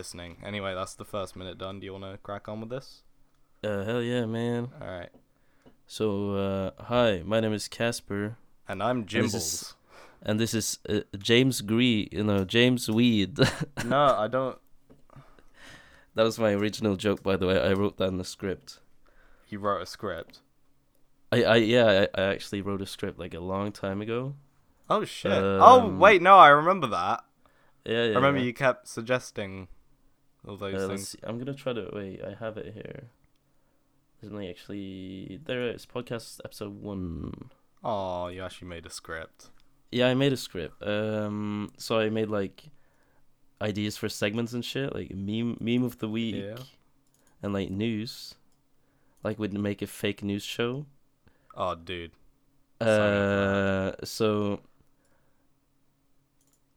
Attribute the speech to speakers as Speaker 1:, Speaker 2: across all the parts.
Speaker 1: listening. Anyway, that's the first minute done. Do you want to crack on with this?
Speaker 2: Uh, hell yeah, man.
Speaker 1: All right.
Speaker 2: So, uh, hi, my name is Casper,
Speaker 1: And I'm
Speaker 2: This
Speaker 1: Jimbles.
Speaker 2: is- and this is uh, James Gree, you know, James Weed.
Speaker 1: no, I don't.
Speaker 2: that was my original joke, by the way. I wrote that in the script.
Speaker 1: You wrote a script.
Speaker 2: I, I yeah, I, I actually wrote a script like a long time ago.
Speaker 1: Oh shit. oh
Speaker 2: Um,
Speaker 1: wait, no, I remember that.
Speaker 2: Yeah, yeah.
Speaker 1: I remember
Speaker 2: yeah.
Speaker 1: you kept suggesting all those
Speaker 2: Uh, let's
Speaker 1: things.
Speaker 2: see. I'm gonna try to wait. I have it here. Isn't it actually there? It's podcast episode one.
Speaker 1: Oh, you actually made a script.
Speaker 2: Yeah, I made a script. Um, so I made like ideas for segments and shit, like meme meme of the week,
Speaker 1: Yeah.
Speaker 2: and like news. Like we'd make a fake news show.
Speaker 1: Oh, dude.
Speaker 2: Uh, so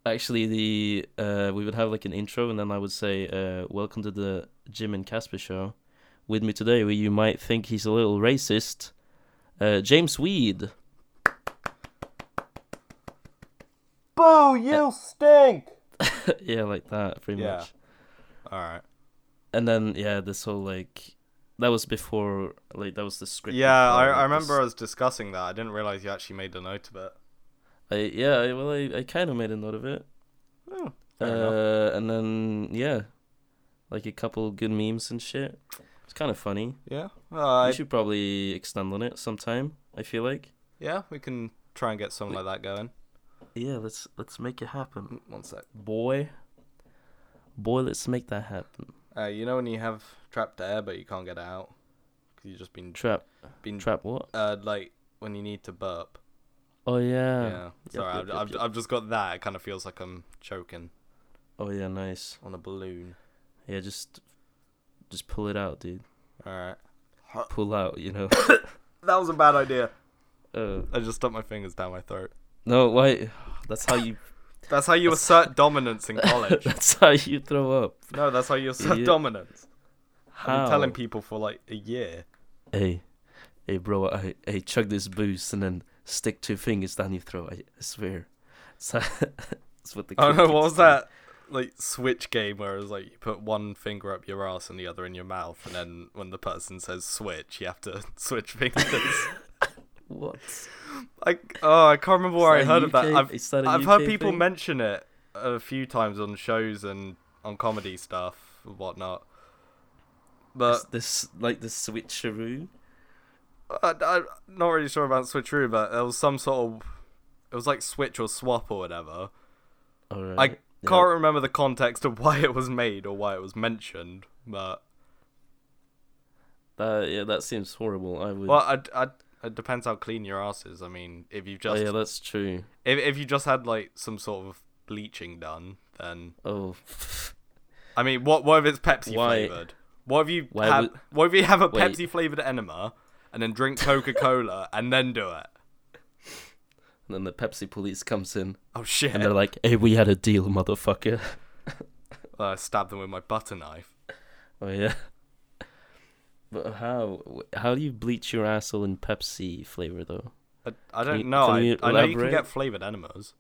Speaker 2: actually, the uh, we would have like an intro, and then I would say, uh, "Welcome to the Jim and Casper show." With me today, where you might think he's a little racist, uh, James Weed.
Speaker 1: Boo! You stink.
Speaker 2: yeah, like that, pretty
Speaker 1: Yeah.
Speaker 2: much.
Speaker 1: All right.
Speaker 2: And then yeah, this whole like that was before like that was the script.
Speaker 1: Yeah, I,
Speaker 2: before,
Speaker 1: I
Speaker 2: like, this-
Speaker 1: remember us discussing that. I didn't realize you actually made a note of it.
Speaker 2: I, yeah, I, well, I, I kind of made a note of it.
Speaker 1: Oh, fair enough.
Speaker 2: Uh, and then yeah, like a couple good memes and shit. It's kind of funny.
Speaker 1: Yeah. Uh,
Speaker 2: we should probably extend on it sometime. I feel like.
Speaker 1: yeah, we can try and get something like that going.
Speaker 2: Yeah, let's let's make it happen,
Speaker 1: One sec.
Speaker 2: boy. Boy, let's make that happen.
Speaker 1: Uh, you know when you have trapped air but you can't get it out because you've just been
Speaker 2: Trap,
Speaker 1: been
Speaker 2: trap. What?
Speaker 1: uh like when you need to burp.
Speaker 2: Oh yeah.
Speaker 1: yeah. Sorry,
Speaker 2: yep,
Speaker 1: I've,
Speaker 2: yep,
Speaker 1: I've,
Speaker 2: yep.
Speaker 1: I've just got that. It kind of feels like I'm choking
Speaker 2: Oh yeah, nice.
Speaker 1: on a balloon.
Speaker 2: Yeah, just, just pull it out, dude.
Speaker 1: All right.
Speaker 2: Pull out, you know.
Speaker 1: That was a bad idea.
Speaker 2: uh,
Speaker 1: I just stuck my fingers down my throat.
Speaker 2: no, why? That's how you.
Speaker 1: That's how you assert dominance in college.
Speaker 2: that's how you throw up.
Speaker 1: No, that's how you assert
Speaker 2: Yeah.
Speaker 1: dominance.
Speaker 2: How?
Speaker 1: I've been telling people for like a year.
Speaker 2: hey, hey, bro, I, hey, chug this booze and then stick two fingers down your throat. I, I swear. It's, it's what the.
Speaker 1: Oh
Speaker 2: cool
Speaker 1: no,
Speaker 2: kids
Speaker 1: what was
Speaker 2: do.
Speaker 1: that? Like Switch game where it was like you put one finger up your ass and the other in your mouth, and then when the person says switch, you have to switch fingers.
Speaker 2: What?
Speaker 1: like oh, I can't remember where I
Speaker 2: Is that
Speaker 1: heard
Speaker 2: a
Speaker 1: of that.
Speaker 2: UK
Speaker 1: I've,
Speaker 2: is that a
Speaker 1: I've heard
Speaker 2: UK
Speaker 1: people
Speaker 2: thing?
Speaker 1: mention it a few times on shows and on comedy stuff and whatnot. But
Speaker 2: Is this like the switcheroo.
Speaker 1: I, I'm not really sure about switcheroo, but there was some sort of it was like switch or swap or whatever.
Speaker 2: All
Speaker 1: I
Speaker 2: right. yeah.
Speaker 1: can't remember the context of why it was made or why it was mentioned, but.
Speaker 2: Uh, yeah, that seems horrible. I would.
Speaker 1: Well, I, I, it depends how clean your ass is. I mean, if you've
Speaker 2: oh
Speaker 1: just
Speaker 2: yeah, that's true.
Speaker 1: if, if you just had like some sort of bleaching done, then
Speaker 2: Oh,
Speaker 1: I mean, what what if it's Pepsi
Speaker 2: Why-
Speaker 1: flavored? What if you
Speaker 2: why
Speaker 1: have
Speaker 2: would-
Speaker 1: what if you have a
Speaker 2: Wait.
Speaker 1: Pepsi flavored enema and then drink Coca Cola and then do it?
Speaker 2: and then the Pepsi police comes in
Speaker 1: Oh shit!
Speaker 2: and they're like, "Hey, we had a deal, motherfucker."
Speaker 1: Uh, I stab them with my butter knife.
Speaker 2: Oh yeah. But how how do you bleach your asshole in Pepsi flavor though?
Speaker 1: I, I don't
Speaker 2: you-
Speaker 1: know.
Speaker 2: can
Speaker 1: I,
Speaker 2: you
Speaker 1: I know you can
Speaker 2: elaborate?
Speaker 1: get flavored enemas.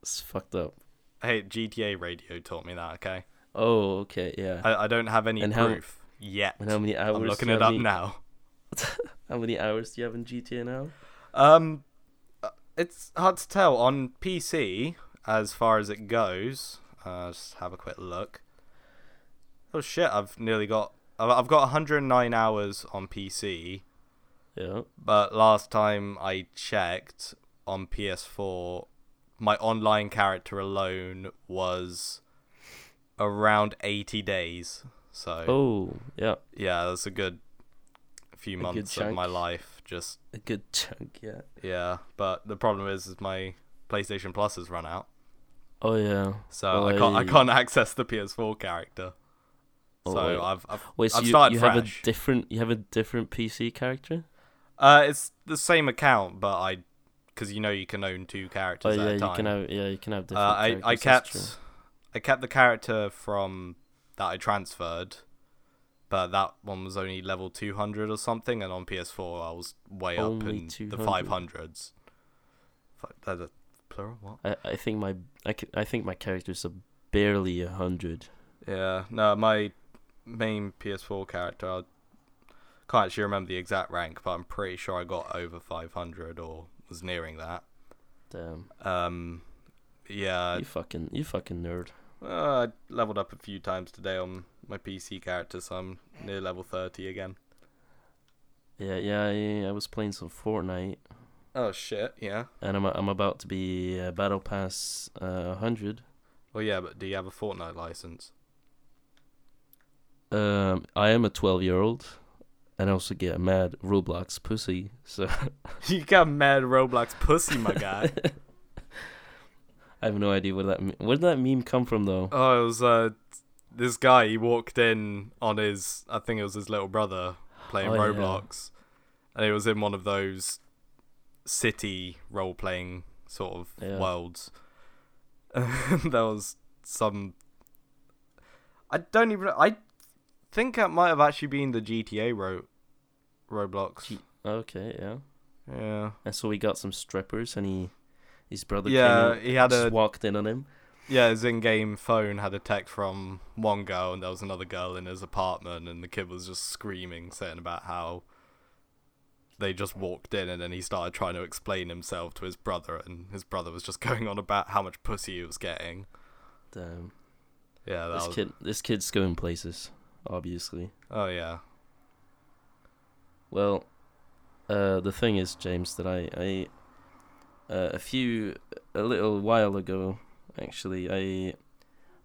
Speaker 2: It's fucked up.
Speaker 1: Hey, GTA radio taught me that. Okay,
Speaker 2: Oh okay, yeah.
Speaker 1: I, I don't have any
Speaker 2: And how-
Speaker 1: proof yet.
Speaker 2: and how many hours?
Speaker 1: I'm
Speaker 2: do
Speaker 1: looking
Speaker 2: you
Speaker 1: it
Speaker 2: have
Speaker 1: up
Speaker 2: in-
Speaker 1: now.
Speaker 2: How many hours do you have in GTA now?
Speaker 1: Um, uh, it's hard to tell on PC as far as it goes. Uh, just have a quick look. Oh shit! I've nearly got. I've I've got 109 hours on PC,
Speaker 2: Yeah.
Speaker 1: but last time I checked on PS4, my online character alone was around 80 days. So
Speaker 2: Oh yeah,
Speaker 1: yeah, that's a good few
Speaker 2: good
Speaker 1: months of my
Speaker 2: chunk.
Speaker 1: life just
Speaker 2: a good chunk. Yeah.
Speaker 1: yeah, but the problem is, is my PlayStation Plus has run out,
Speaker 2: Oh yeah.
Speaker 1: so I can't I can't access the PS4 character.
Speaker 2: Oh,
Speaker 1: So
Speaker 2: wait.
Speaker 1: I've I've,
Speaker 2: Wait, so
Speaker 1: I've
Speaker 2: you,
Speaker 1: started
Speaker 2: you have a
Speaker 1: fresh.
Speaker 2: different you have a different PC character?
Speaker 1: uh, it's the same account, but I because you know you can own two
Speaker 2: Oh
Speaker 1: characters at
Speaker 2: yeah,
Speaker 1: a
Speaker 2: you
Speaker 1: time.
Speaker 2: can have yeah you can have
Speaker 1: uh,
Speaker 2: different.
Speaker 1: I I
Speaker 2: characters, that's true.
Speaker 1: kept I kept the character from that I transferred, but that one was only level two hundred or something, and on PS4 I was way up
Speaker 2: Only
Speaker 1: in the
Speaker 2: 200.
Speaker 1: five hundreds. That's a plural what?
Speaker 2: I, I think my I, c- I think my characters are barely a hundred.
Speaker 1: Yeah, no, my main PS4 character, I can't actually remember the exact rank, but I'm pretty sure I got over 500 or was nearing that.
Speaker 2: Damn,
Speaker 1: Um, yeah,
Speaker 2: you fucking you fucking nerd.
Speaker 1: uh, I leveled up a few times today on my PC character, so I'm near level 30 again.
Speaker 2: Yeah, yeah, yeah. I was playing some Fortnite,
Speaker 1: Oh shit, yeah.
Speaker 2: and I'm I'm about to be uh, Battle Pass uh, 100.
Speaker 1: Well, yeah, but do you have a Fortnite license?
Speaker 2: Um, I am a 12 year old, and I also get a mad Roblox pussy. So
Speaker 1: you got mad Roblox pussy, my guy.
Speaker 2: I have no idea where that me- where did that meme come from though.
Speaker 1: oh, it was uh, this guy. He walked in on his, I think it was his little brother playing
Speaker 2: Oh, yeah.
Speaker 1: Roblox, and it was in one of those city role playing sort of
Speaker 2: Yeah.
Speaker 1: worlds. there was some. I don't even. I think that might have actually been the GTA ro- Roblox.
Speaker 2: G- Okay, yeah.
Speaker 1: yeah.
Speaker 2: And so we got some strippers, and he his brother
Speaker 1: Yeah,
Speaker 2: came in,
Speaker 1: he had
Speaker 2: just
Speaker 1: a
Speaker 2: walked in on him.
Speaker 1: Yeah, his in-game phone had a text from one girl, and there was another girl in his apartment, and the kid was just screaming, saying about how they just walked in, and then he started trying to explain himself to his brother, and his brother was just going on about how much pussy he was getting.
Speaker 2: Damn,
Speaker 1: Yeah, that
Speaker 2: this
Speaker 1: was.
Speaker 2: kid this kid's going places, obviously.
Speaker 1: Oh yeah,
Speaker 2: Well, uh, the thing is, James, that I, I uh, a few, a little while ago, actually, I,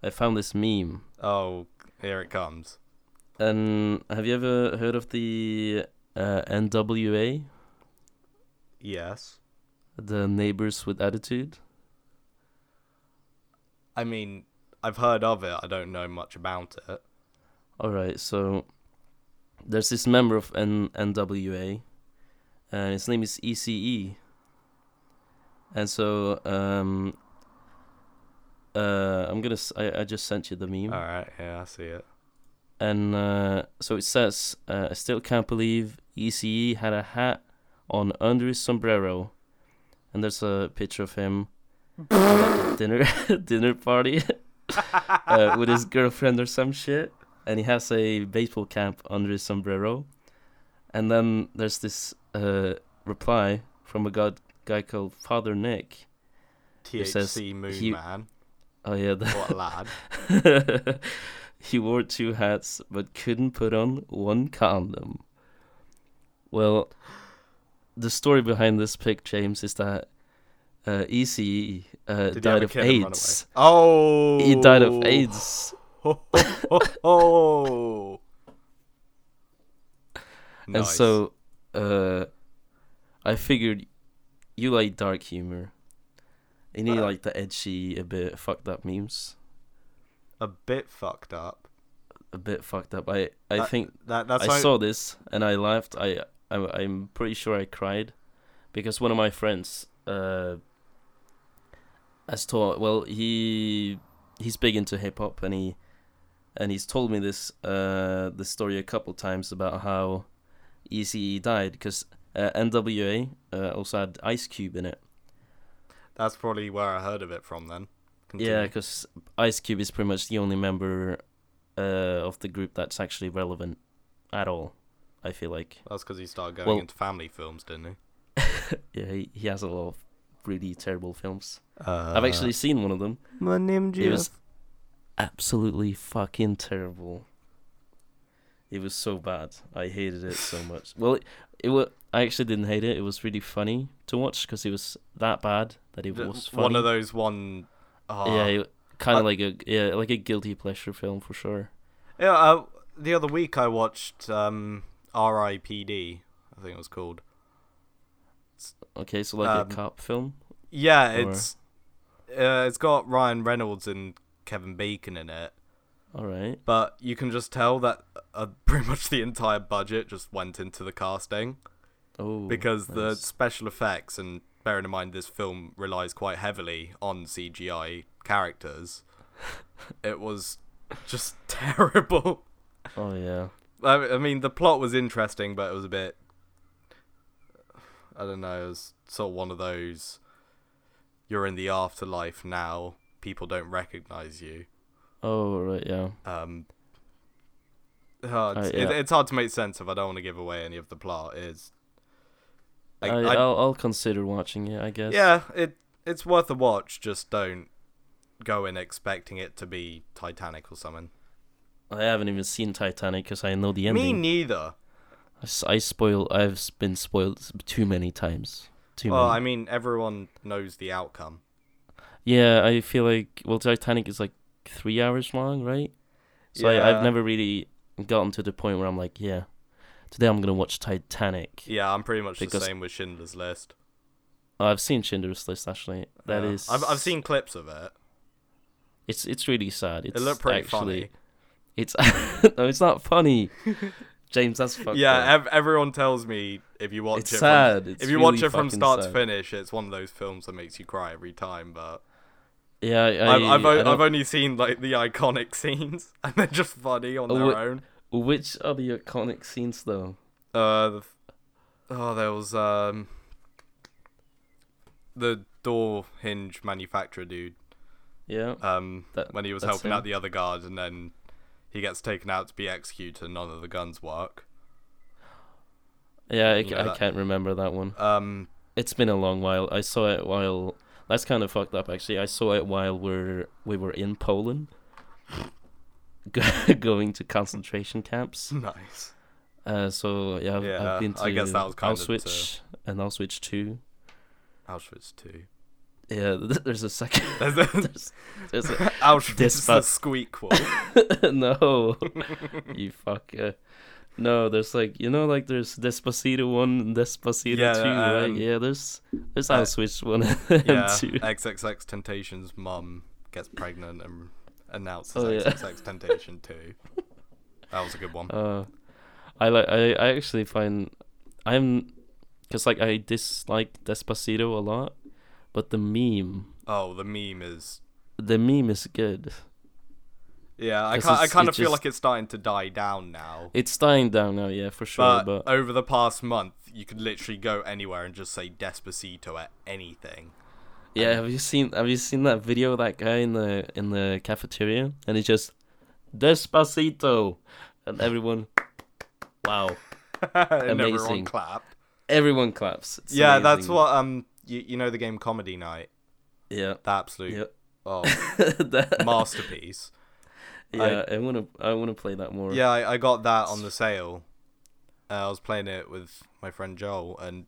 Speaker 2: I found this meme.
Speaker 1: oh here it comes.
Speaker 2: And have you ever heard of the uh, NWA,
Speaker 1: Yes,
Speaker 2: the Neighbors with Attitude?
Speaker 1: I mean I've heard of it. I don't know much about it.
Speaker 2: All right, so there's this member of N- NWA, and his name is ECE. And so, um, uh, I'm gonna, s- I, I just sent you the meme.
Speaker 1: All right, yeah, I see it.
Speaker 2: And uh, so it says, uh, I still can't believe ECE had a hat on under his sombrero. And there's a picture of him at a dinner dinner party uh, with his girlfriend or some shit. And he has a baseball cap under his sombrero. And then there's this uh, reply from a god, guy called Father Nick. It says
Speaker 1: THC Moon
Speaker 2: he-
Speaker 1: Man,
Speaker 2: Oh, yeah. The,
Speaker 1: what a lad.
Speaker 2: he wore two hats but couldn't put on one condom. Well, the story behind this pic, James, is that uh, ECE uh,
Speaker 1: Did he have
Speaker 2: died
Speaker 1: a
Speaker 2: of
Speaker 1: kid and run
Speaker 2: AIDS.
Speaker 1: away? Oh,
Speaker 2: He died of AIDS.
Speaker 1: oh.
Speaker 2: And
Speaker 1: Nice.
Speaker 2: so uh, I figured you like dark humor. And you
Speaker 1: Uh.
Speaker 2: like the edgy, a bit fucked up memes.
Speaker 1: a bit fucked up.
Speaker 2: A bit fucked up. I, I
Speaker 1: That-
Speaker 2: think
Speaker 1: That that's
Speaker 2: I
Speaker 1: why-
Speaker 2: saw this and I laughed. I, I I'm pretty sure I cried because one of my friends uh has taught well he he's big into hip hop and he and he's told me this uh this story a couple times about how ECE died because uh, NWA uh, also had Ice Cube in it.
Speaker 1: that's probably where I heard of it from. Then. Continue.
Speaker 2: Yeah, because Ice Cube is pretty much the only member uh, of the group that's actually relevant at all. I feel like.
Speaker 1: that's because he started going
Speaker 2: Well-
Speaker 1: into family films, didn't he?
Speaker 2: Yeah, he, he has a lot of really terrible films.
Speaker 1: Uh,
Speaker 2: I've actually seen one of them.
Speaker 1: My name
Speaker 2: It was absolutely fucking terrible. It was so bad. I hated it so much. Well, it, it was. I actually didn't hate it. It was really funny to watch because it was that bad that it was funny.
Speaker 1: one of those one. Oh,
Speaker 2: yeah, kind
Speaker 1: I-
Speaker 2: of like a yeah, like a guilty pleasure film for sure.
Speaker 1: Yeah, uh, the other week I watched um, R.I.P.D. I think it was called.
Speaker 2: Okay, so like
Speaker 1: Um,
Speaker 2: a cop film.
Speaker 1: Yeah,
Speaker 2: Or-
Speaker 1: it's uh, it's got Ryan Reynolds and Kevin Bacon in it,
Speaker 2: All right.
Speaker 1: but you can just tell that uh, pretty much the entire budget just went into the casting
Speaker 2: Oh,
Speaker 1: because the
Speaker 2: nice.
Speaker 1: special effects and bearing in mind this film relies quite heavily on CGI characters, it was just terrible.
Speaker 2: oh yeah.
Speaker 1: I I mean, the plot was interesting, but it was a bit. I don't know. It was sort of one of those. You're in the afterlife now. People don't recognize you.
Speaker 2: Oh right, yeah.
Speaker 1: Um, hard.
Speaker 2: Uh,
Speaker 1: it,
Speaker 2: yeah.
Speaker 1: it's hard to make sense of. I don't want to give away any of the plot. Is
Speaker 2: I, will I'll consider watching it. I guess.
Speaker 1: yeah, it it's worth a watch. Just don't go in expecting it to be Titanic or something.
Speaker 2: I haven't even seen Titanic because I know the
Speaker 1: Me
Speaker 2: ending.
Speaker 1: neither.
Speaker 2: I s- I spoil. I've s- been spoiled s- too many times. Too
Speaker 1: Well, I
Speaker 2: many.
Speaker 1: mean, everyone knows the outcome.
Speaker 2: Yeah, I feel like well, Titanic is like three hours long, right? So I,
Speaker 1: Yeah.
Speaker 2: I've never really gotten to the point where I'm like, yeah, today I'm gonna watch Titanic.
Speaker 1: Yeah, I'm pretty much the
Speaker 2: Because-
Speaker 1: same with Schindler's List.
Speaker 2: Oh, I've seen Schindler's List actually. That
Speaker 1: Yeah.
Speaker 2: is-
Speaker 1: I've I've seen clips of it.
Speaker 2: It's it's really sad. It's
Speaker 1: It looked pretty
Speaker 2: actually,
Speaker 1: funny.
Speaker 2: It's no, it's not funny. James, that's fucked
Speaker 1: Yeah,
Speaker 2: up.
Speaker 1: ev- everyone tells me if you watch
Speaker 2: It's
Speaker 1: it,
Speaker 2: sad.
Speaker 1: From,
Speaker 2: It's
Speaker 1: if you watch
Speaker 2: really
Speaker 1: it from
Speaker 2: fucking
Speaker 1: start to
Speaker 2: sad.
Speaker 1: finish, it's one of those films that makes you cry every time. But
Speaker 2: yeah, I,
Speaker 1: I've
Speaker 2: I,
Speaker 1: I've, o-
Speaker 2: I don't-
Speaker 1: I've only seen like the iconic scenes, and they're just funny on
Speaker 2: Oh,
Speaker 1: their
Speaker 2: what-
Speaker 1: own.
Speaker 2: Which are the iconic scenes though?
Speaker 1: Uh, the, oh, there was um the door hinge manufacturer dude.
Speaker 2: Yeah.
Speaker 1: Um,
Speaker 2: That-
Speaker 1: when he was
Speaker 2: that's
Speaker 1: helping
Speaker 2: him.
Speaker 1: out the other guard, and then he gets taken out to be executed, and none of the guns work.
Speaker 2: Yeah, I,
Speaker 1: You know
Speaker 2: I
Speaker 1: that-
Speaker 2: can't remember that one.
Speaker 1: Um,
Speaker 2: It's been a long while. I saw it while that's kind of fucked up actually. I saw it while we're we were in Poland, go- going to concentration camps.
Speaker 1: nice.
Speaker 2: Uh, so yeah, I've,
Speaker 1: Yeah,
Speaker 2: I've been to
Speaker 1: I guess that was kind of uh, to-
Speaker 2: Auschwitz and Auschwitz two.
Speaker 1: Auschwitz two.
Speaker 2: Yeah, th- there's a second.
Speaker 1: There's a-
Speaker 2: There's a,
Speaker 1: Auschwitz
Speaker 2: This
Speaker 1: is
Speaker 2: fu-
Speaker 1: the squeak wall.
Speaker 2: no, you fucker. No, there's like you know like there's Despacito one, and Despacito
Speaker 1: Yeah,
Speaker 2: two, right?
Speaker 1: um,
Speaker 2: Yeah, there's there's
Speaker 1: uh,
Speaker 2: Auschwitz one
Speaker 1: yeah,
Speaker 2: and two.
Speaker 1: XXX Temptation's mum gets pregnant and announces
Speaker 2: Oh, yeah.
Speaker 1: XXX Temptation 2. That was a good one.
Speaker 2: Uh, I like I, I actually find I'm because like I dislike Despacito a lot, but the meme
Speaker 1: oh, the meme is.
Speaker 2: the meme is good.
Speaker 1: Yeah, I,
Speaker 2: 'Cause
Speaker 1: ki- I
Speaker 2: it's-
Speaker 1: kind
Speaker 2: it
Speaker 1: of feel
Speaker 2: just-
Speaker 1: like it's starting to die down now.
Speaker 2: It's dying down now, yeah, for sure.
Speaker 1: but,
Speaker 2: But,
Speaker 1: over the past month, you could literally go anywhere and just say Despacito at anything.
Speaker 2: yeah, have you seen have you seen that video of that guy in the in the cafeteria and it's just Despacito, and everyone, wow,
Speaker 1: and everyone
Speaker 2: Amazing.
Speaker 1: clapped.
Speaker 2: everyone claps. It's
Speaker 1: yeah, that's
Speaker 2: amazing.
Speaker 1: what. um, you, you know the game Comedy Night?
Speaker 2: Yeah,
Speaker 1: The absolute
Speaker 2: yeah,
Speaker 1: oh,
Speaker 2: That-
Speaker 1: masterpiece.
Speaker 2: yeah. I, wanna I wanna play that more.
Speaker 1: Yeah, I, I got that on the sale. Uh, I was playing it with my friend Joel, and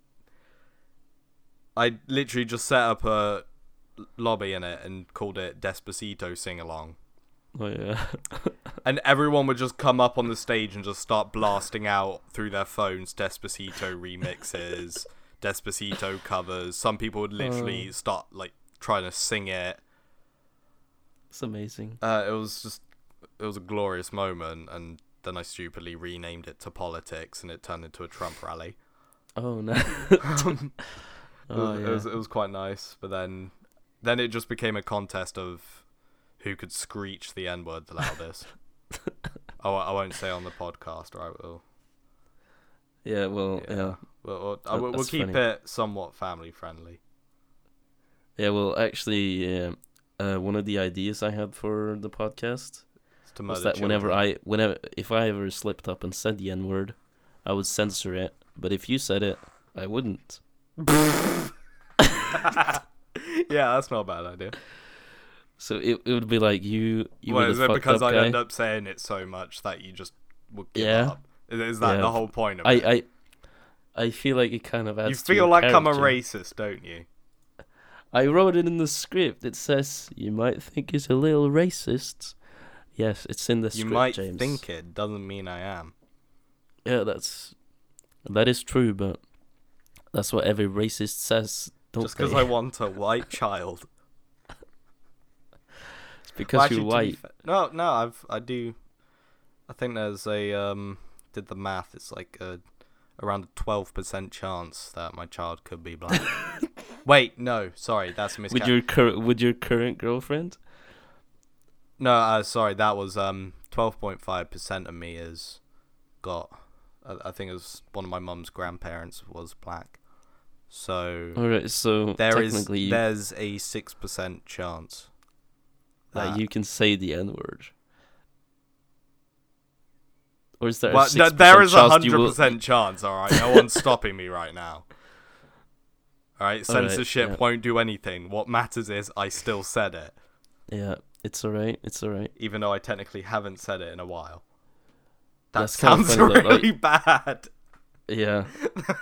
Speaker 1: I literally just set up a l- lobby in it and called it Despacito Sing Along.
Speaker 2: oh yeah.
Speaker 1: And everyone would just come up on the stage and just start blasting out through their phones Despacito remixes, Despacito covers. Some people would literally start like trying to sing it.
Speaker 2: it's amazing.
Speaker 1: Uh, it was just it was a glorious moment, and then I stupidly renamed it to politics, and it turned into a Trump rally.
Speaker 2: Oh no.
Speaker 1: It was,
Speaker 2: oh,
Speaker 1: it, was, it was quite nice, but then then it just became a contest of who could screech the N word the loudest. I, wo- I won't say on the podcast, or I will.
Speaker 2: yeah. yeah, well,
Speaker 1: Yeah.
Speaker 2: yeah. yeah.
Speaker 1: We'll, we'll, I will- we'll
Speaker 2: that's
Speaker 1: keep
Speaker 2: funny.
Speaker 1: it somewhat family friendly.
Speaker 2: well, actually, uh, uh, one of the ideas I had for the podcast
Speaker 1: It's to
Speaker 2: was
Speaker 1: murder
Speaker 2: that whenever
Speaker 1: children.
Speaker 2: I, whenever, if I ever slipped up and said the N word, I would censor it. But if you said it, I wouldn't.
Speaker 1: yeah, that's not a bad idea.
Speaker 2: So it, it would be like you, you
Speaker 1: well,
Speaker 2: were
Speaker 1: is
Speaker 2: the
Speaker 1: it
Speaker 2: fucked
Speaker 1: because
Speaker 2: up
Speaker 1: I
Speaker 2: guy.
Speaker 1: end up saying it so much that you just would give
Speaker 2: Yeah.
Speaker 1: up? Is, is that
Speaker 2: Yeah.
Speaker 1: the whole point of
Speaker 2: I,
Speaker 1: it?
Speaker 2: I, I feel like it kind of adds.
Speaker 1: you
Speaker 2: to
Speaker 1: feel
Speaker 2: your
Speaker 1: like I'm a
Speaker 2: character.
Speaker 1: racist, don't you?
Speaker 2: I wrote it in the script. It says you might think it's a little racist. Yes, it's in the
Speaker 1: You
Speaker 2: script,
Speaker 1: might
Speaker 2: James.
Speaker 1: think it doesn't mean I am.
Speaker 2: Yeah, that's that is true, but that's what every racist says. Don't
Speaker 1: Just because
Speaker 2: they?
Speaker 1: I want a white child.
Speaker 2: It's because
Speaker 1: Well, actually,
Speaker 2: you're
Speaker 1: to be
Speaker 2: white.
Speaker 1: fa- no, no, I've I do. I think there's a um. Did the math? It's like a around a twelve percent chance that my child could be black. Wait, no, sorry, that's a
Speaker 2: With
Speaker 1: miscalculation.
Speaker 2: your cur- with your current girlfriend?
Speaker 1: No, uh, sorry, that was um twelve point five percent of me is got. I, I think it was one of my mum's grandparents was black, so
Speaker 2: All right, so
Speaker 1: there is
Speaker 2: technically,
Speaker 1: there's a six percent chance.
Speaker 2: that
Speaker 1: that.
Speaker 2: you can say the N word? Or is there a
Speaker 1: Well, no,
Speaker 2: 6%
Speaker 1: there is a
Speaker 2: chance you
Speaker 1: hundred
Speaker 2: will-
Speaker 1: percent chance. All right, no one's stopping me right now. All right,
Speaker 2: All right,
Speaker 1: censorship
Speaker 2: yeah.
Speaker 1: won't do anything. What matters is I still said it,
Speaker 2: Yeah, it's alright. It's alright.
Speaker 1: even though I technically haven't said it in a while. That
Speaker 2: That's kinda
Speaker 1: sounds
Speaker 2: funny, though, like-
Speaker 1: really bad.
Speaker 2: Yeah.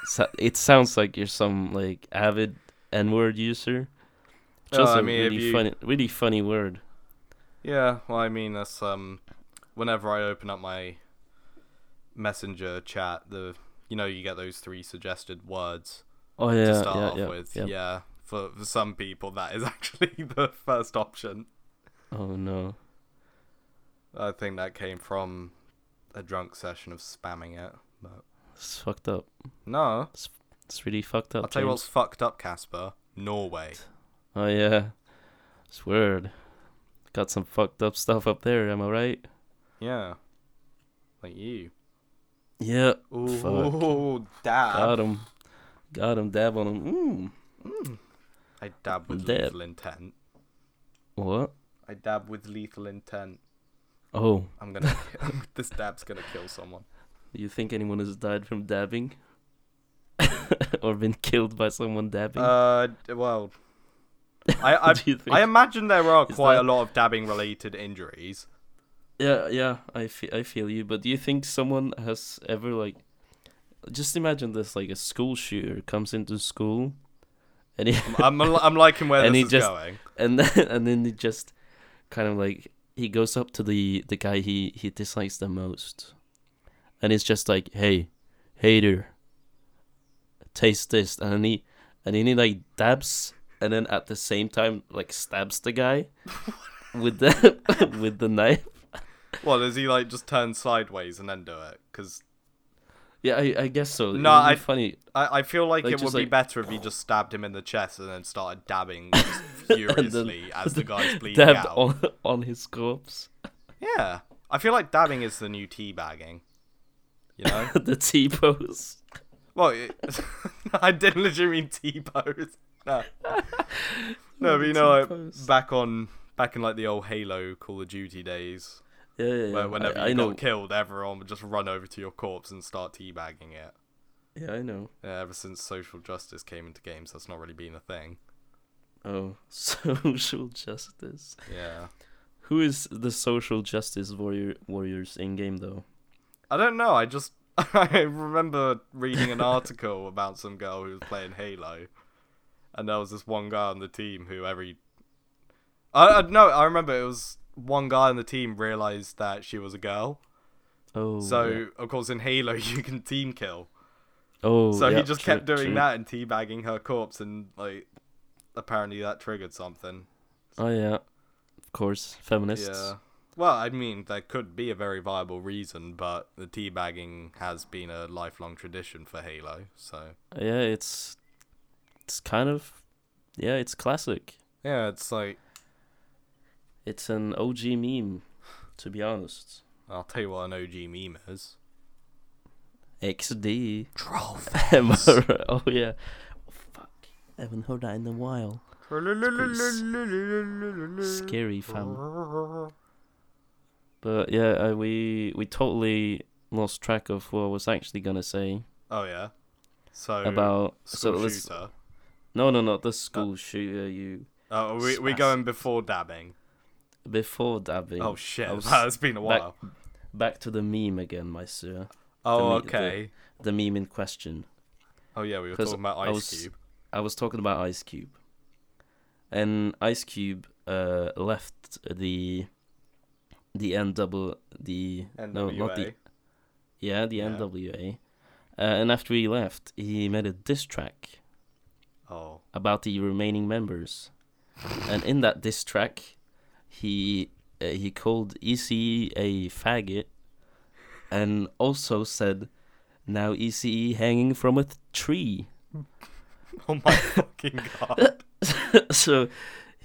Speaker 2: So- it sounds like you're some like avid N word user.
Speaker 1: Oh,
Speaker 2: Just
Speaker 1: I
Speaker 2: a
Speaker 1: mean, if
Speaker 2: really
Speaker 1: you-
Speaker 2: funny, really funny word.
Speaker 1: Yeah, well, I mean, that's um, whenever I open up my messenger chat, the you know you get those three suggested words
Speaker 2: Oh yeah,
Speaker 1: to start
Speaker 2: yeah,
Speaker 1: off
Speaker 2: yeah,
Speaker 1: with.
Speaker 2: yeah.
Speaker 1: Yeah, for, for some people that is actually the first option.
Speaker 2: Oh no.
Speaker 1: I think that came from a drunk session of spamming it. But
Speaker 2: It's fucked up.
Speaker 1: no,
Speaker 2: It's really fucked up.
Speaker 1: I'll tell you
Speaker 2: James.
Speaker 1: what's fucked up, Casper. Norway.
Speaker 2: Oh yeah. It's weird. Got some fucked up stuff up there, am I right?
Speaker 1: Yeah, like you.
Speaker 2: Yeah.
Speaker 1: Ooh, dab.
Speaker 2: Got him. Got him. Dab on him. Mm.
Speaker 1: I dab with
Speaker 2: Dab.
Speaker 1: lethal intent.
Speaker 2: What?
Speaker 1: I dab with lethal intent.
Speaker 2: Oh,
Speaker 1: I'm gonna. this dab's gonna kill someone.
Speaker 2: you think anyone has died from dabbing? or been killed by someone dabbing?
Speaker 1: Uh, d- well, I I,
Speaker 2: Do you think?
Speaker 1: I imagine there are
Speaker 2: Is
Speaker 1: quite
Speaker 2: that-
Speaker 1: a lot of dabbing related injuries.
Speaker 2: Yeah, yeah, I feel I feel you, but do you think someone has ever like just imagine this like a school shooter comes into school and he,
Speaker 1: I'm I'm, I'm liking where
Speaker 2: And
Speaker 1: this
Speaker 2: he
Speaker 1: is
Speaker 2: just-
Speaker 1: going.
Speaker 2: and then and then he just kind of like he goes up to the the guy he he dislikes the most and it's just like, "Hey, hater, taste this." And then he and then he like dabs and then at the same time like stabs the guy with the with the knife.
Speaker 1: Well, does he like just turn sideways and then do it? Because
Speaker 2: Yeah, I, I guess
Speaker 1: No,
Speaker 2: so. It would be
Speaker 1: I-
Speaker 2: funny.
Speaker 1: I, I feel like,
Speaker 2: Like,
Speaker 1: it would
Speaker 2: just
Speaker 1: be
Speaker 2: like-
Speaker 1: better if he just stabbed him in the chest and then started dabbing just furiously as the guy's bleeding
Speaker 2: dabbed
Speaker 1: out.
Speaker 2: on, on his corpse.
Speaker 1: Yeah. I feel like dabbing is the new teabagging. You know?
Speaker 2: the T pose.
Speaker 1: well, it, I didn't literally mean T-pose. No. no, but you know,
Speaker 2: T-pose.
Speaker 1: like, back on, back in like the old Halo Call of Duty days,
Speaker 2: Yeah, yeah, yeah.
Speaker 1: where whenever
Speaker 2: I,
Speaker 1: you
Speaker 2: I
Speaker 1: got
Speaker 2: know.
Speaker 1: killed, everyone would just run over to your corpse and start teabagging it.
Speaker 2: Yeah, I know.
Speaker 1: Yeah, ever since social justice came into games, that's not really been a thing.
Speaker 2: Oh, social justice.
Speaker 1: Yeah.
Speaker 2: Who is the social justice warrior warriors in game though?
Speaker 1: I don't know. I just I remember reading an article about some girl who was playing Halo, and there was this one guy on the team who every I, I no I remember it was one guy on the team realized that she was a girl.
Speaker 2: Oh,
Speaker 1: So
Speaker 2: yeah.
Speaker 1: of course in Halo you can team kill.
Speaker 2: oh,
Speaker 1: So
Speaker 2: yeah,
Speaker 1: he just
Speaker 2: true,
Speaker 1: kept doing
Speaker 2: true.
Speaker 1: that and teabagging her corpse, and like apparently that triggered something.
Speaker 2: Oh yeah, of course, feminists.
Speaker 1: Yeah. Well, I mean, there could be a very viable reason, but the teabagging has been a lifelong tradition for Halo, so.
Speaker 2: yeah, it's it's kind of yeah, it's classic.
Speaker 1: Yeah, it's like
Speaker 2: It's an OG meme, to be honest.
Speaker 1: I'll tell you what an OG meme is.
Speaker 2: XD.
Speaker 1: Troll.
Speaker 2: oh yeah. Oh, fuck. I haven't heard that in a while. Scary fam. But yeah, uh, we we totally lost track of what I was actually gonna say
Speaker 1: Oh yeah. So
Speaker 2: about. So
Speaker 1: school
Speaker 2: let's
Speaker 1: shooter.
Speaker 2: no no
Speaker 1: Uh,
Speaker 2: no the school shooter you
Speaker 1: Oh, are we we
Speaker 2: Spaz.
Speaker 1: going before dabbing.
Speaker 2: before dabbing.
Speaker 1: Oh shit,
Speaker 2: I was
Speaker 1: that's been a while.
Speaker 2: Back to the meme again, my sir.
Speaker 1: oh
Speaker 2: the me- the-
Speaker 1: okay.
Speaker 2: The meme in question.
Speaker 1: Oh yeah, we were
Speaker 2: 'cause
Speaker 1: talking about
Speaker 2: I
Speaker 1: Ice
Speaker 2: was-
Speaker 1: Cube.
Speaker 2: I was talking about Ice Cube, and Ice Cube uh, left the the NW the
Speaker 1: NWA.
Speaker 2: no not the yeah the
Speaker 1: Yeah.
Speaker 2: NWA, uh, and after he left, he made a diss track
Speaker 1: Oh.
Speaker 2: about the remaining members, and in that diss track, he uh, he called ECE a faggot, and also said, "Now ECE hanging from a th- tree."
Speaker 1: Oh my fucking god.
Speaker 2: so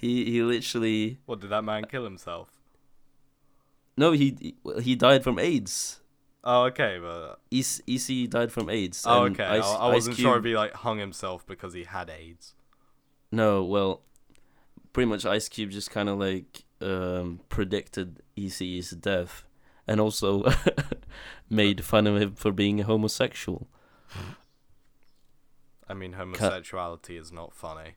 Speaker 2: he he literally
Speaker 1: What did that man kill himself?
Speaker 2: no he he died from AIDS. E
Speaker 1: Oh okay, but
Speaker 2: EC, EC died from AIDS.
Speaker 1: Oh
Speaker 2: and
Speaker 1: okay.
Speaker 2: Ice-
Speaker 1: I, I
Speaker 2: Ice
Speaker 1: wasn't sure
Speaker 2: Cube-
Speaker 1: if he like hung himself because he had AIDS.
Speaker 2: No, well, pretty much Ice Cube just kind of like um, predicted ECE's death and also made fun of him for being homosexual.
Speaker 1: I mean, homosexuality is not funny.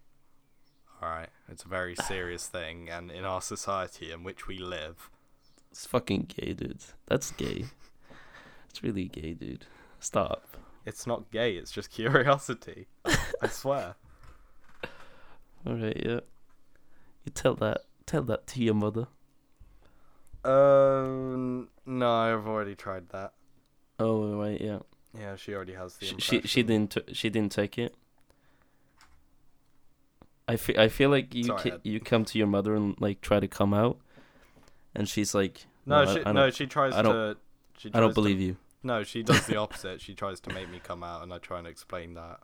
Speaker 1: All right, it's a very serious thing, and in our society in which we live,
Speaker 2: It's fucking gay, dude. That's gay. it's really gay, dude. Stop.
Speaker 1: it's not gay. It's just curiosity. I swear.
Speaker 2: All right, yeah. You tell that tell that to your mother.
Speaker 1: Um, no, I've already tried that.
Speaker 2: Oh, all right, yeah.
Speaker 1: Yeah, she already has the
Speaker 2: Sh-
Speaker 1: impression.
Speaker 2: she she didn't t- she didn't take it. I feel I feel like you
Speaker 1: Sorry,
Speaker 2: ca-
Speaker 1: I-
Speaker 2: you come to your mother and like try to come out, and she's like,
Speaker 1: No,
Speaker 2: I-
Speaker 1: she
Speaker 2: I, don't,
Speaker 1: no, she tries
Speaker 2: I don't-
Speaker 1: to. She
Speaker 2: I
Speaker 1: tries
Speaker 2: don't
Speaker 1: to-
Speaker 2: believe you.
Speaker 1: No, she does the opposite. she tries to make me come out, and I try and explain that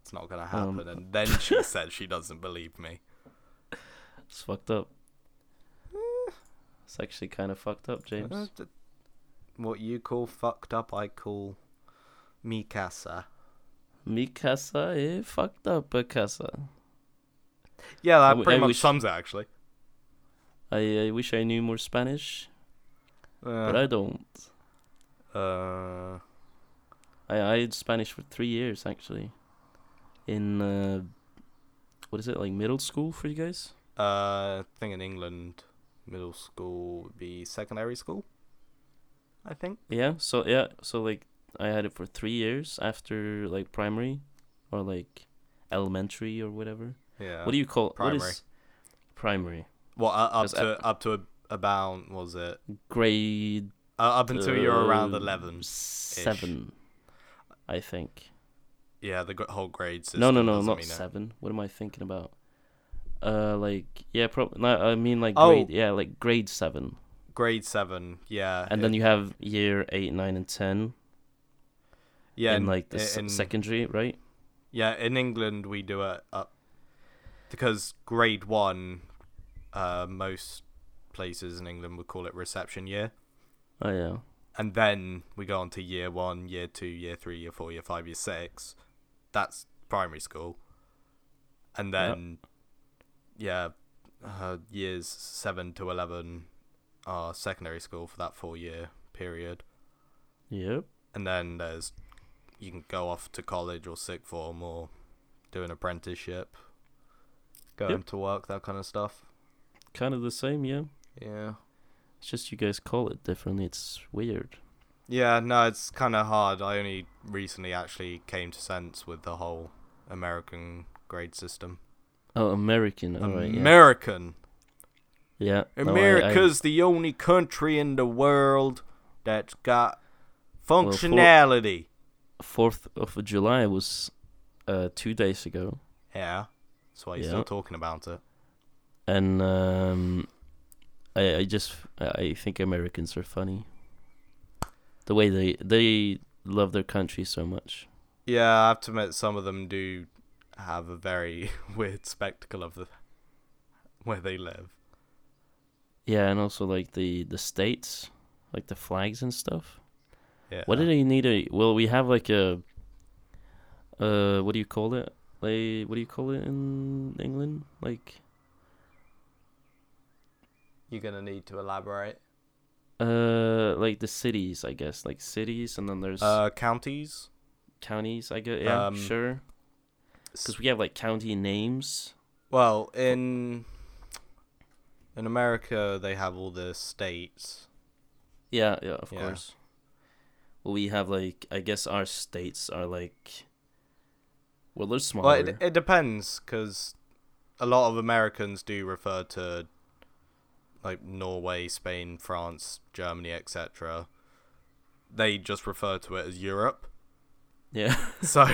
Speaker 1: it's not gonna
Speaker 2: Um.
Speaker 1: happen. and then she said she doesn't believe me.
Speaker 2: It's fucked up. It's actually kind of fucked up,
Speaker 1: Uh,
Speaker 2: James.
Speaker 1: th- What you call fucked up, I call me casa.
Speaker 2: Mikasa, eh? Fucked up, Mikasa.
Speaker 1: Yeah,
Speaker 2: I
Speaker 1: that
Speaker 2: w-
Speaker 1: pretty
Speaker 2: I
Speaker 1: much
Speaker 2: wish-
Speaker 1: sums it actually.
Speaker 2: I I wish I knew more Spanish, but
Speaker 1: Uh,
Speaker 2: I don't.
Speaker 1: uh,
Speaker 2: I I had Spanish for three years actually. In uh, what is it like middle school for you guys?
Speaker 1: uh, thing in England, middle school would be secondary school. I think.
Speaker 2: Yeah. So yeah. So like I had it for three years after like primary, or like elementary or whatever.
Speaker 1: Yeah.
Speaker 2: What do you call What
Speaker 1: primary.
Speaker 2: is primary
Speaker 1: Well, uh, up
Speaker 2: Just
Speaker 1: to up to a, about what was it?
Speaker 2: grade?
Speaker 1: Uh, up until you're around
Speaker 2: uh,
Speaker 1: eleven.
Speaker 2: Seven, I think.
Speaker 1: Yeah, the gr- whole grade system.
Speaker 2: no, no, no,
Speaker 1: doesn't
Speaker 2: not
Speaker 1: mean it.
Speaker 2: seven. What am I thinking about? Uh, like yeah, probably. No, I mean like
Speaker 1: Oh.
Speaker 2: grade yeah, like grade seven.
Speaker 1: Grade seven. Yeah.
Speaker 2: and then you have year eight, nine, and ten
Speaker 1: yeah
Speaker 2: in
Speaker 1: in-
Speaker 2: like the
Speaker 1: in,
Speaker 2: se- secondary, right?
Speaker 1: Yeah, in England we do it up because grade one. Uh, most places in England would call it reception year.
Speaker 2: Oh yeah,
Speaker 1: and then we go on to year one, year two, year three, year four, year five, year six. That's primary school, and
Speaker 2: Yeah.
Speaker 1: then yeah, uh, years seven to eleven are secondary school for that four year period,
Speaker 2: yep.
Speaker 1: and then there's you can go off to college or sixth form or do an apprenticeship, going to work, that kind of stuff.
Speaker 2: Kind of the same, yeah.
Speaker 1: Yeah.
Speaker 2: It's just you guys call it differently. It's weird.
Speaker 1: Yeah, no, it's kind of hard. I only recently actually came to sense with the whole American grade system.
Speaker 2: Oh, American. All right, yeah.
Speaker 1: American.
Speaker 2: yeah. no, I- I-
Speaker 1: America's the only country in the world that's got
Speaker 2: for-
Speaker 1: functionality.
Speaker 2: Fourth of July was uh, two days ago,
Speaker 1: yeah, that's why you're
Speaker 2: Yeah.
Speaker 1: still talking about it.
Speaker 2: and um, I I just I I think Americans are funny. The way they they love their country so much.
Speaker 1: Yeah, I have to admit, some of them do have a very weird spectacle of the where they live.
Speaker 2: Yeah, and also like the the states, like the flags and stuff.
Speaker 1: Yeah.
Speaker 2: What do they need a? Well, we have like a. Uh, what do you call it? Like, what do you call it in England? Like,
Speaker 1: You're gonna need to elaborate.
Speaker 2: uh, like the cities, I guess. Like cities, and then there's
Speaker 1: Uh, counties.
Speaker 2: counties. I guess. Yeah,
Speaker 1: um,
Speaker 2: sure. Because we have like county names.
Speaker 1: Well, in in America, they have all the states.
Speaker 2: Yeah, yeah, of
Speaker 1: Yeah.
Speaker 2: course. Well, we have like I guess our states are like. Well, they're smaller.
Speaker 1: Well, it, it depends because a lot of Americans do refer to like Norway, Spain, France, Germany, etc. They just refer to it as Europe.
Speaker 2: yeah,
Speaker 1: So,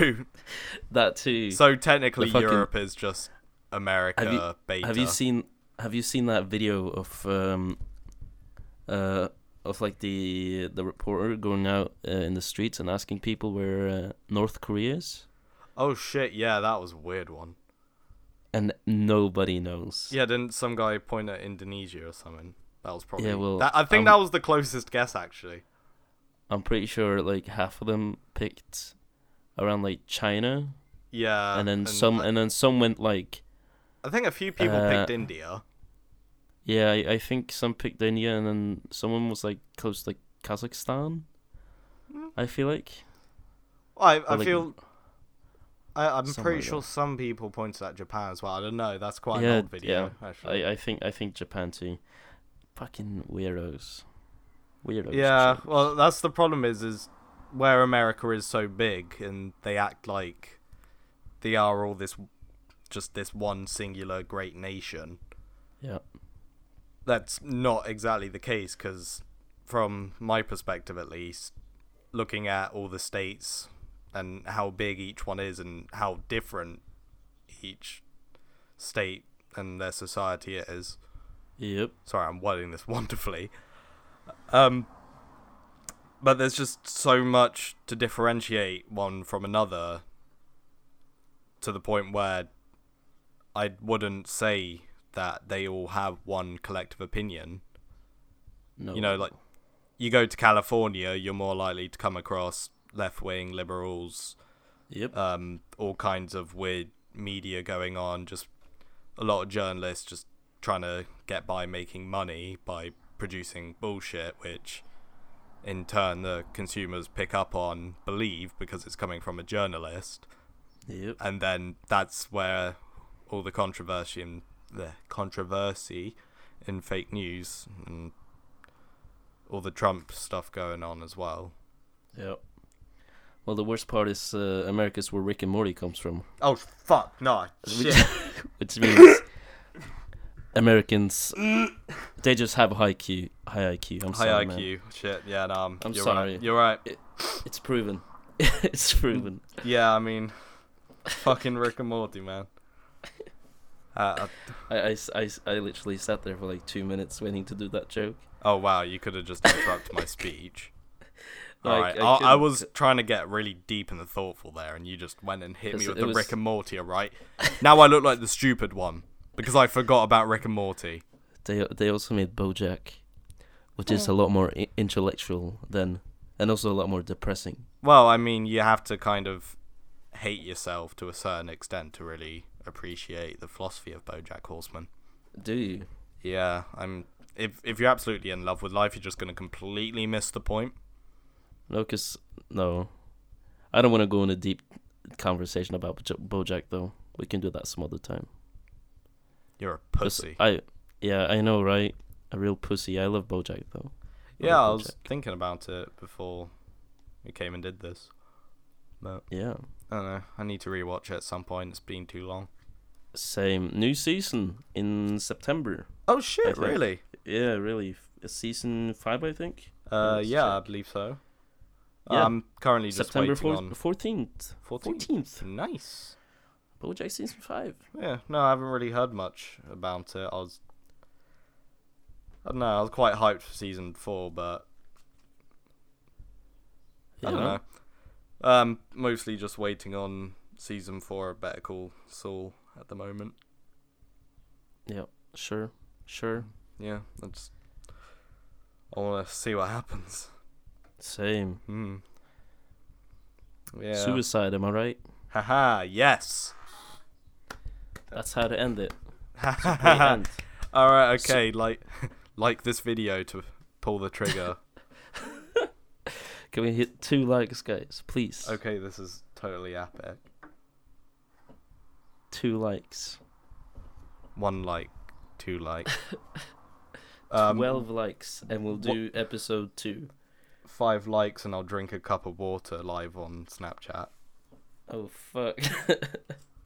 Speaker 2: that too.
Speaker 1: so technically,
Speaker 2: fucking-
Speaker 1: Europe is just America beta.
Speaker 2: Have you seen Have you seen that video of um, uh, of like the the reporter going out uh, in the streets and asking people where uh, North Korea is,
Speaker 1: oh shit! Yeah, that was a weird one.
Speaker 2: and nobody knows.
Speaker 1: Yeah, didn't some guy point at Indonesia or something? That was probably.
Speaker 2: well,
Speaker 1: that, I think
Speaker 2: um,
Speaker 1: that was the closest guess actually.
Speaker 2: I'm pretty sure like half of them picked around like China,
Speaker 1: Yeah,
Speaker 2: and then some, and then some went like
Speaker 1: I think a few people
Speaker 2: uh,
Speaker 1: picked India.
Speaker 2: Yeah, I, I think some picked India and then someone was like close to like Kazakhstan.
Speaker 1: Hmm.
Speaker 2: I feel like.
Speaker 1: I, I
Speaker 2: like-
Speaker 1: feel. I, I'm
Speaker 2: Somewhere
Speaker 1: pretty
Speaker 2: like
Speaker 1: sure some people pointed at Japan as well. I don't know. That's quite
Speaker 2: Yeah,
Speaker 1: an old video. actually.
Speaker 2: I, I think I think Japan too. Fucking weirdos. Weirdos.
Speaker 1: yeah.
Speaker 2: Jack.
Speaker 1: Well, that's the problem. Is is where America is so big and they act like they are all this, just this one singular great nation.
Speaker 2: Yeah.
Speaker 1: that's not exactly the case because, from my perspective at least, looking at all the states and how big each one is and how different each state and their society is.
Speaker 2: Yep.
Speaker 1: Sorry, I'm wording this wonderfully. Um, but there's just so much to differentiate one from another to the point where I wouldn't say that they all have one collective opinion
Speaker 2: No.
Speaker 1: you know, like you go to California, you're more likely to come across left wing liberals,
Speaker 2: Yep.
Speaker 1: um, all kinds of weird media going on, just a lot of journalists just trying to get by making money by producing bullshit, which in turn the consumers pick up on, believe, because it's coming from a journalist.
Speaker 2: yep.
Speaker 1: And then that's where all the controversy and the controversy in fake news and all the Trump stuff going on as well.
Speaker 2: Yep. Well, the worst part is uh, America's where Rick and Morty comes from,
Speaker 1: Oh fuck! No
Speaker 2: Which- which means Americans they just have a high IQ. High IQ. I'm
Speaker 1: High
Speaker 2: sorry, man.
Speaker 1: IQ. Shit. Yeah. No. I'm,
Speaker 2: I'm
Speaker 1: you're
Speaker 2: sorry.
Speaker 1: Right. You're right.
Speaker 2: It's proven. it's proven.
Speaker 1: Yeah. I mean, fucking Rick and Morty, man. Uh,
Speaker 2: I, I s- I s- I literally sat there for like two minutes waiting to do that joke.
Speaker 1: oh wow! You could have just interrupted my speech.
Speaker 2: No,
Speaker 1: All
Speaker 2: I-
Speaker 1: right.
Speaker 2: I
Speaker 1: I, I,
Speaker 2: couldn't.
Speaker 1: was trying to get really deep and thoughtful there, and you just went and hit me
Speaker 2: 'Cause
Speaker 1: with
Speaker 2: it
Speaker 1: the
Speaker 2: was-
Speaker 1: Rick and Morty. All right. Now I look like the stupid one because I forgot about Rick and Morty.
Speaker 2: They they also made BoJack, which is a lot more I- intellectual than, and also a lot more depressing.
Speaker 1: Well, I mean, you have to kind of hate yourself to a certain extent to really appreciate the philosophy of BoJack Horseman.
Speaker 2: Do you?
Speaker 1: Yeah, I'm. If if you're absolutely in love with life, you're just gonna completely miss the point.
Speaker 2: No, 'cause- no, I don't want to go in a deep conversation about Boj- BoJack though. We can do that some other time.
Speaker 1: You're a
Speaker 2: 'Cause
Speaker 1: pussy.
Speaker 2: I yeah I know right. A real pussy. I love BoJack though. I
Speaker 1: yeah, I
Speaker 2: love
Speaker 1: was
Speaker 2: BoJack.
Speaker 1: thinking about it before you came and did this. But
Speaker 2: Yeah.
Speaker 1: I don't know. I need to rewatch it at some point. It's been too long.
Speaker 2: Same new season in September.
Speaker 1: Oh
Speaker 2: I
Speaker 1: shit!
Speaker 2: think-
Speaker 1: Really?
Speaker 2: Yeah, really. F- Season five, I think.
Speaker 1: Uh,
Speaker 2: Let's
Speaker 1: yeah, I
Speaker 2: check.
Speaker 1: believe so.
Speaker 2: Yeah.
Speaker 1: I'm currently just
Speaker 2: September
Speaker 1: waiting on
Speaker 2: fourteenth.
Speaker 1: 14th.
Speaker 2: Fourteenth.
Speaker 1: Nice.
Speaker 2: BoJack season five.
Speaker 1: Yeah, no, I haven't really heard much about it. I was, I don't know, I was quite hyped for season four, but I don't know. Um, mostly just waiting on season four of Better Call Saul at the moment.
Speaker 2: Yeah, sure, sure.
Speaker 1: Yeah, I just, I want to see what happens.
Speaker 2: Same.
Speaker 1: Hmm. Yeah.
Speaker 2: Suicide, am I right?
Speaker 1: Haha. Yes.
Speaker 2: That's how to end it. Great
Speaker 1: All
Speaker 2: end.
Speaker 1: right. Okay. like, like this video to pull the trigger.
Speaker 2: Can we hit two likes, guys? Please.
Speaker 1: okay. This is totally epic.
Speaker 2: Two likes.
Speaker 1: one like, two like, um,
Speaker 2: Twelve likes, and we'll do episode two.
Speaker 1: five likes, and I'll drink a cup of water live on Snapchat.
Speaker 2: Oh fuck.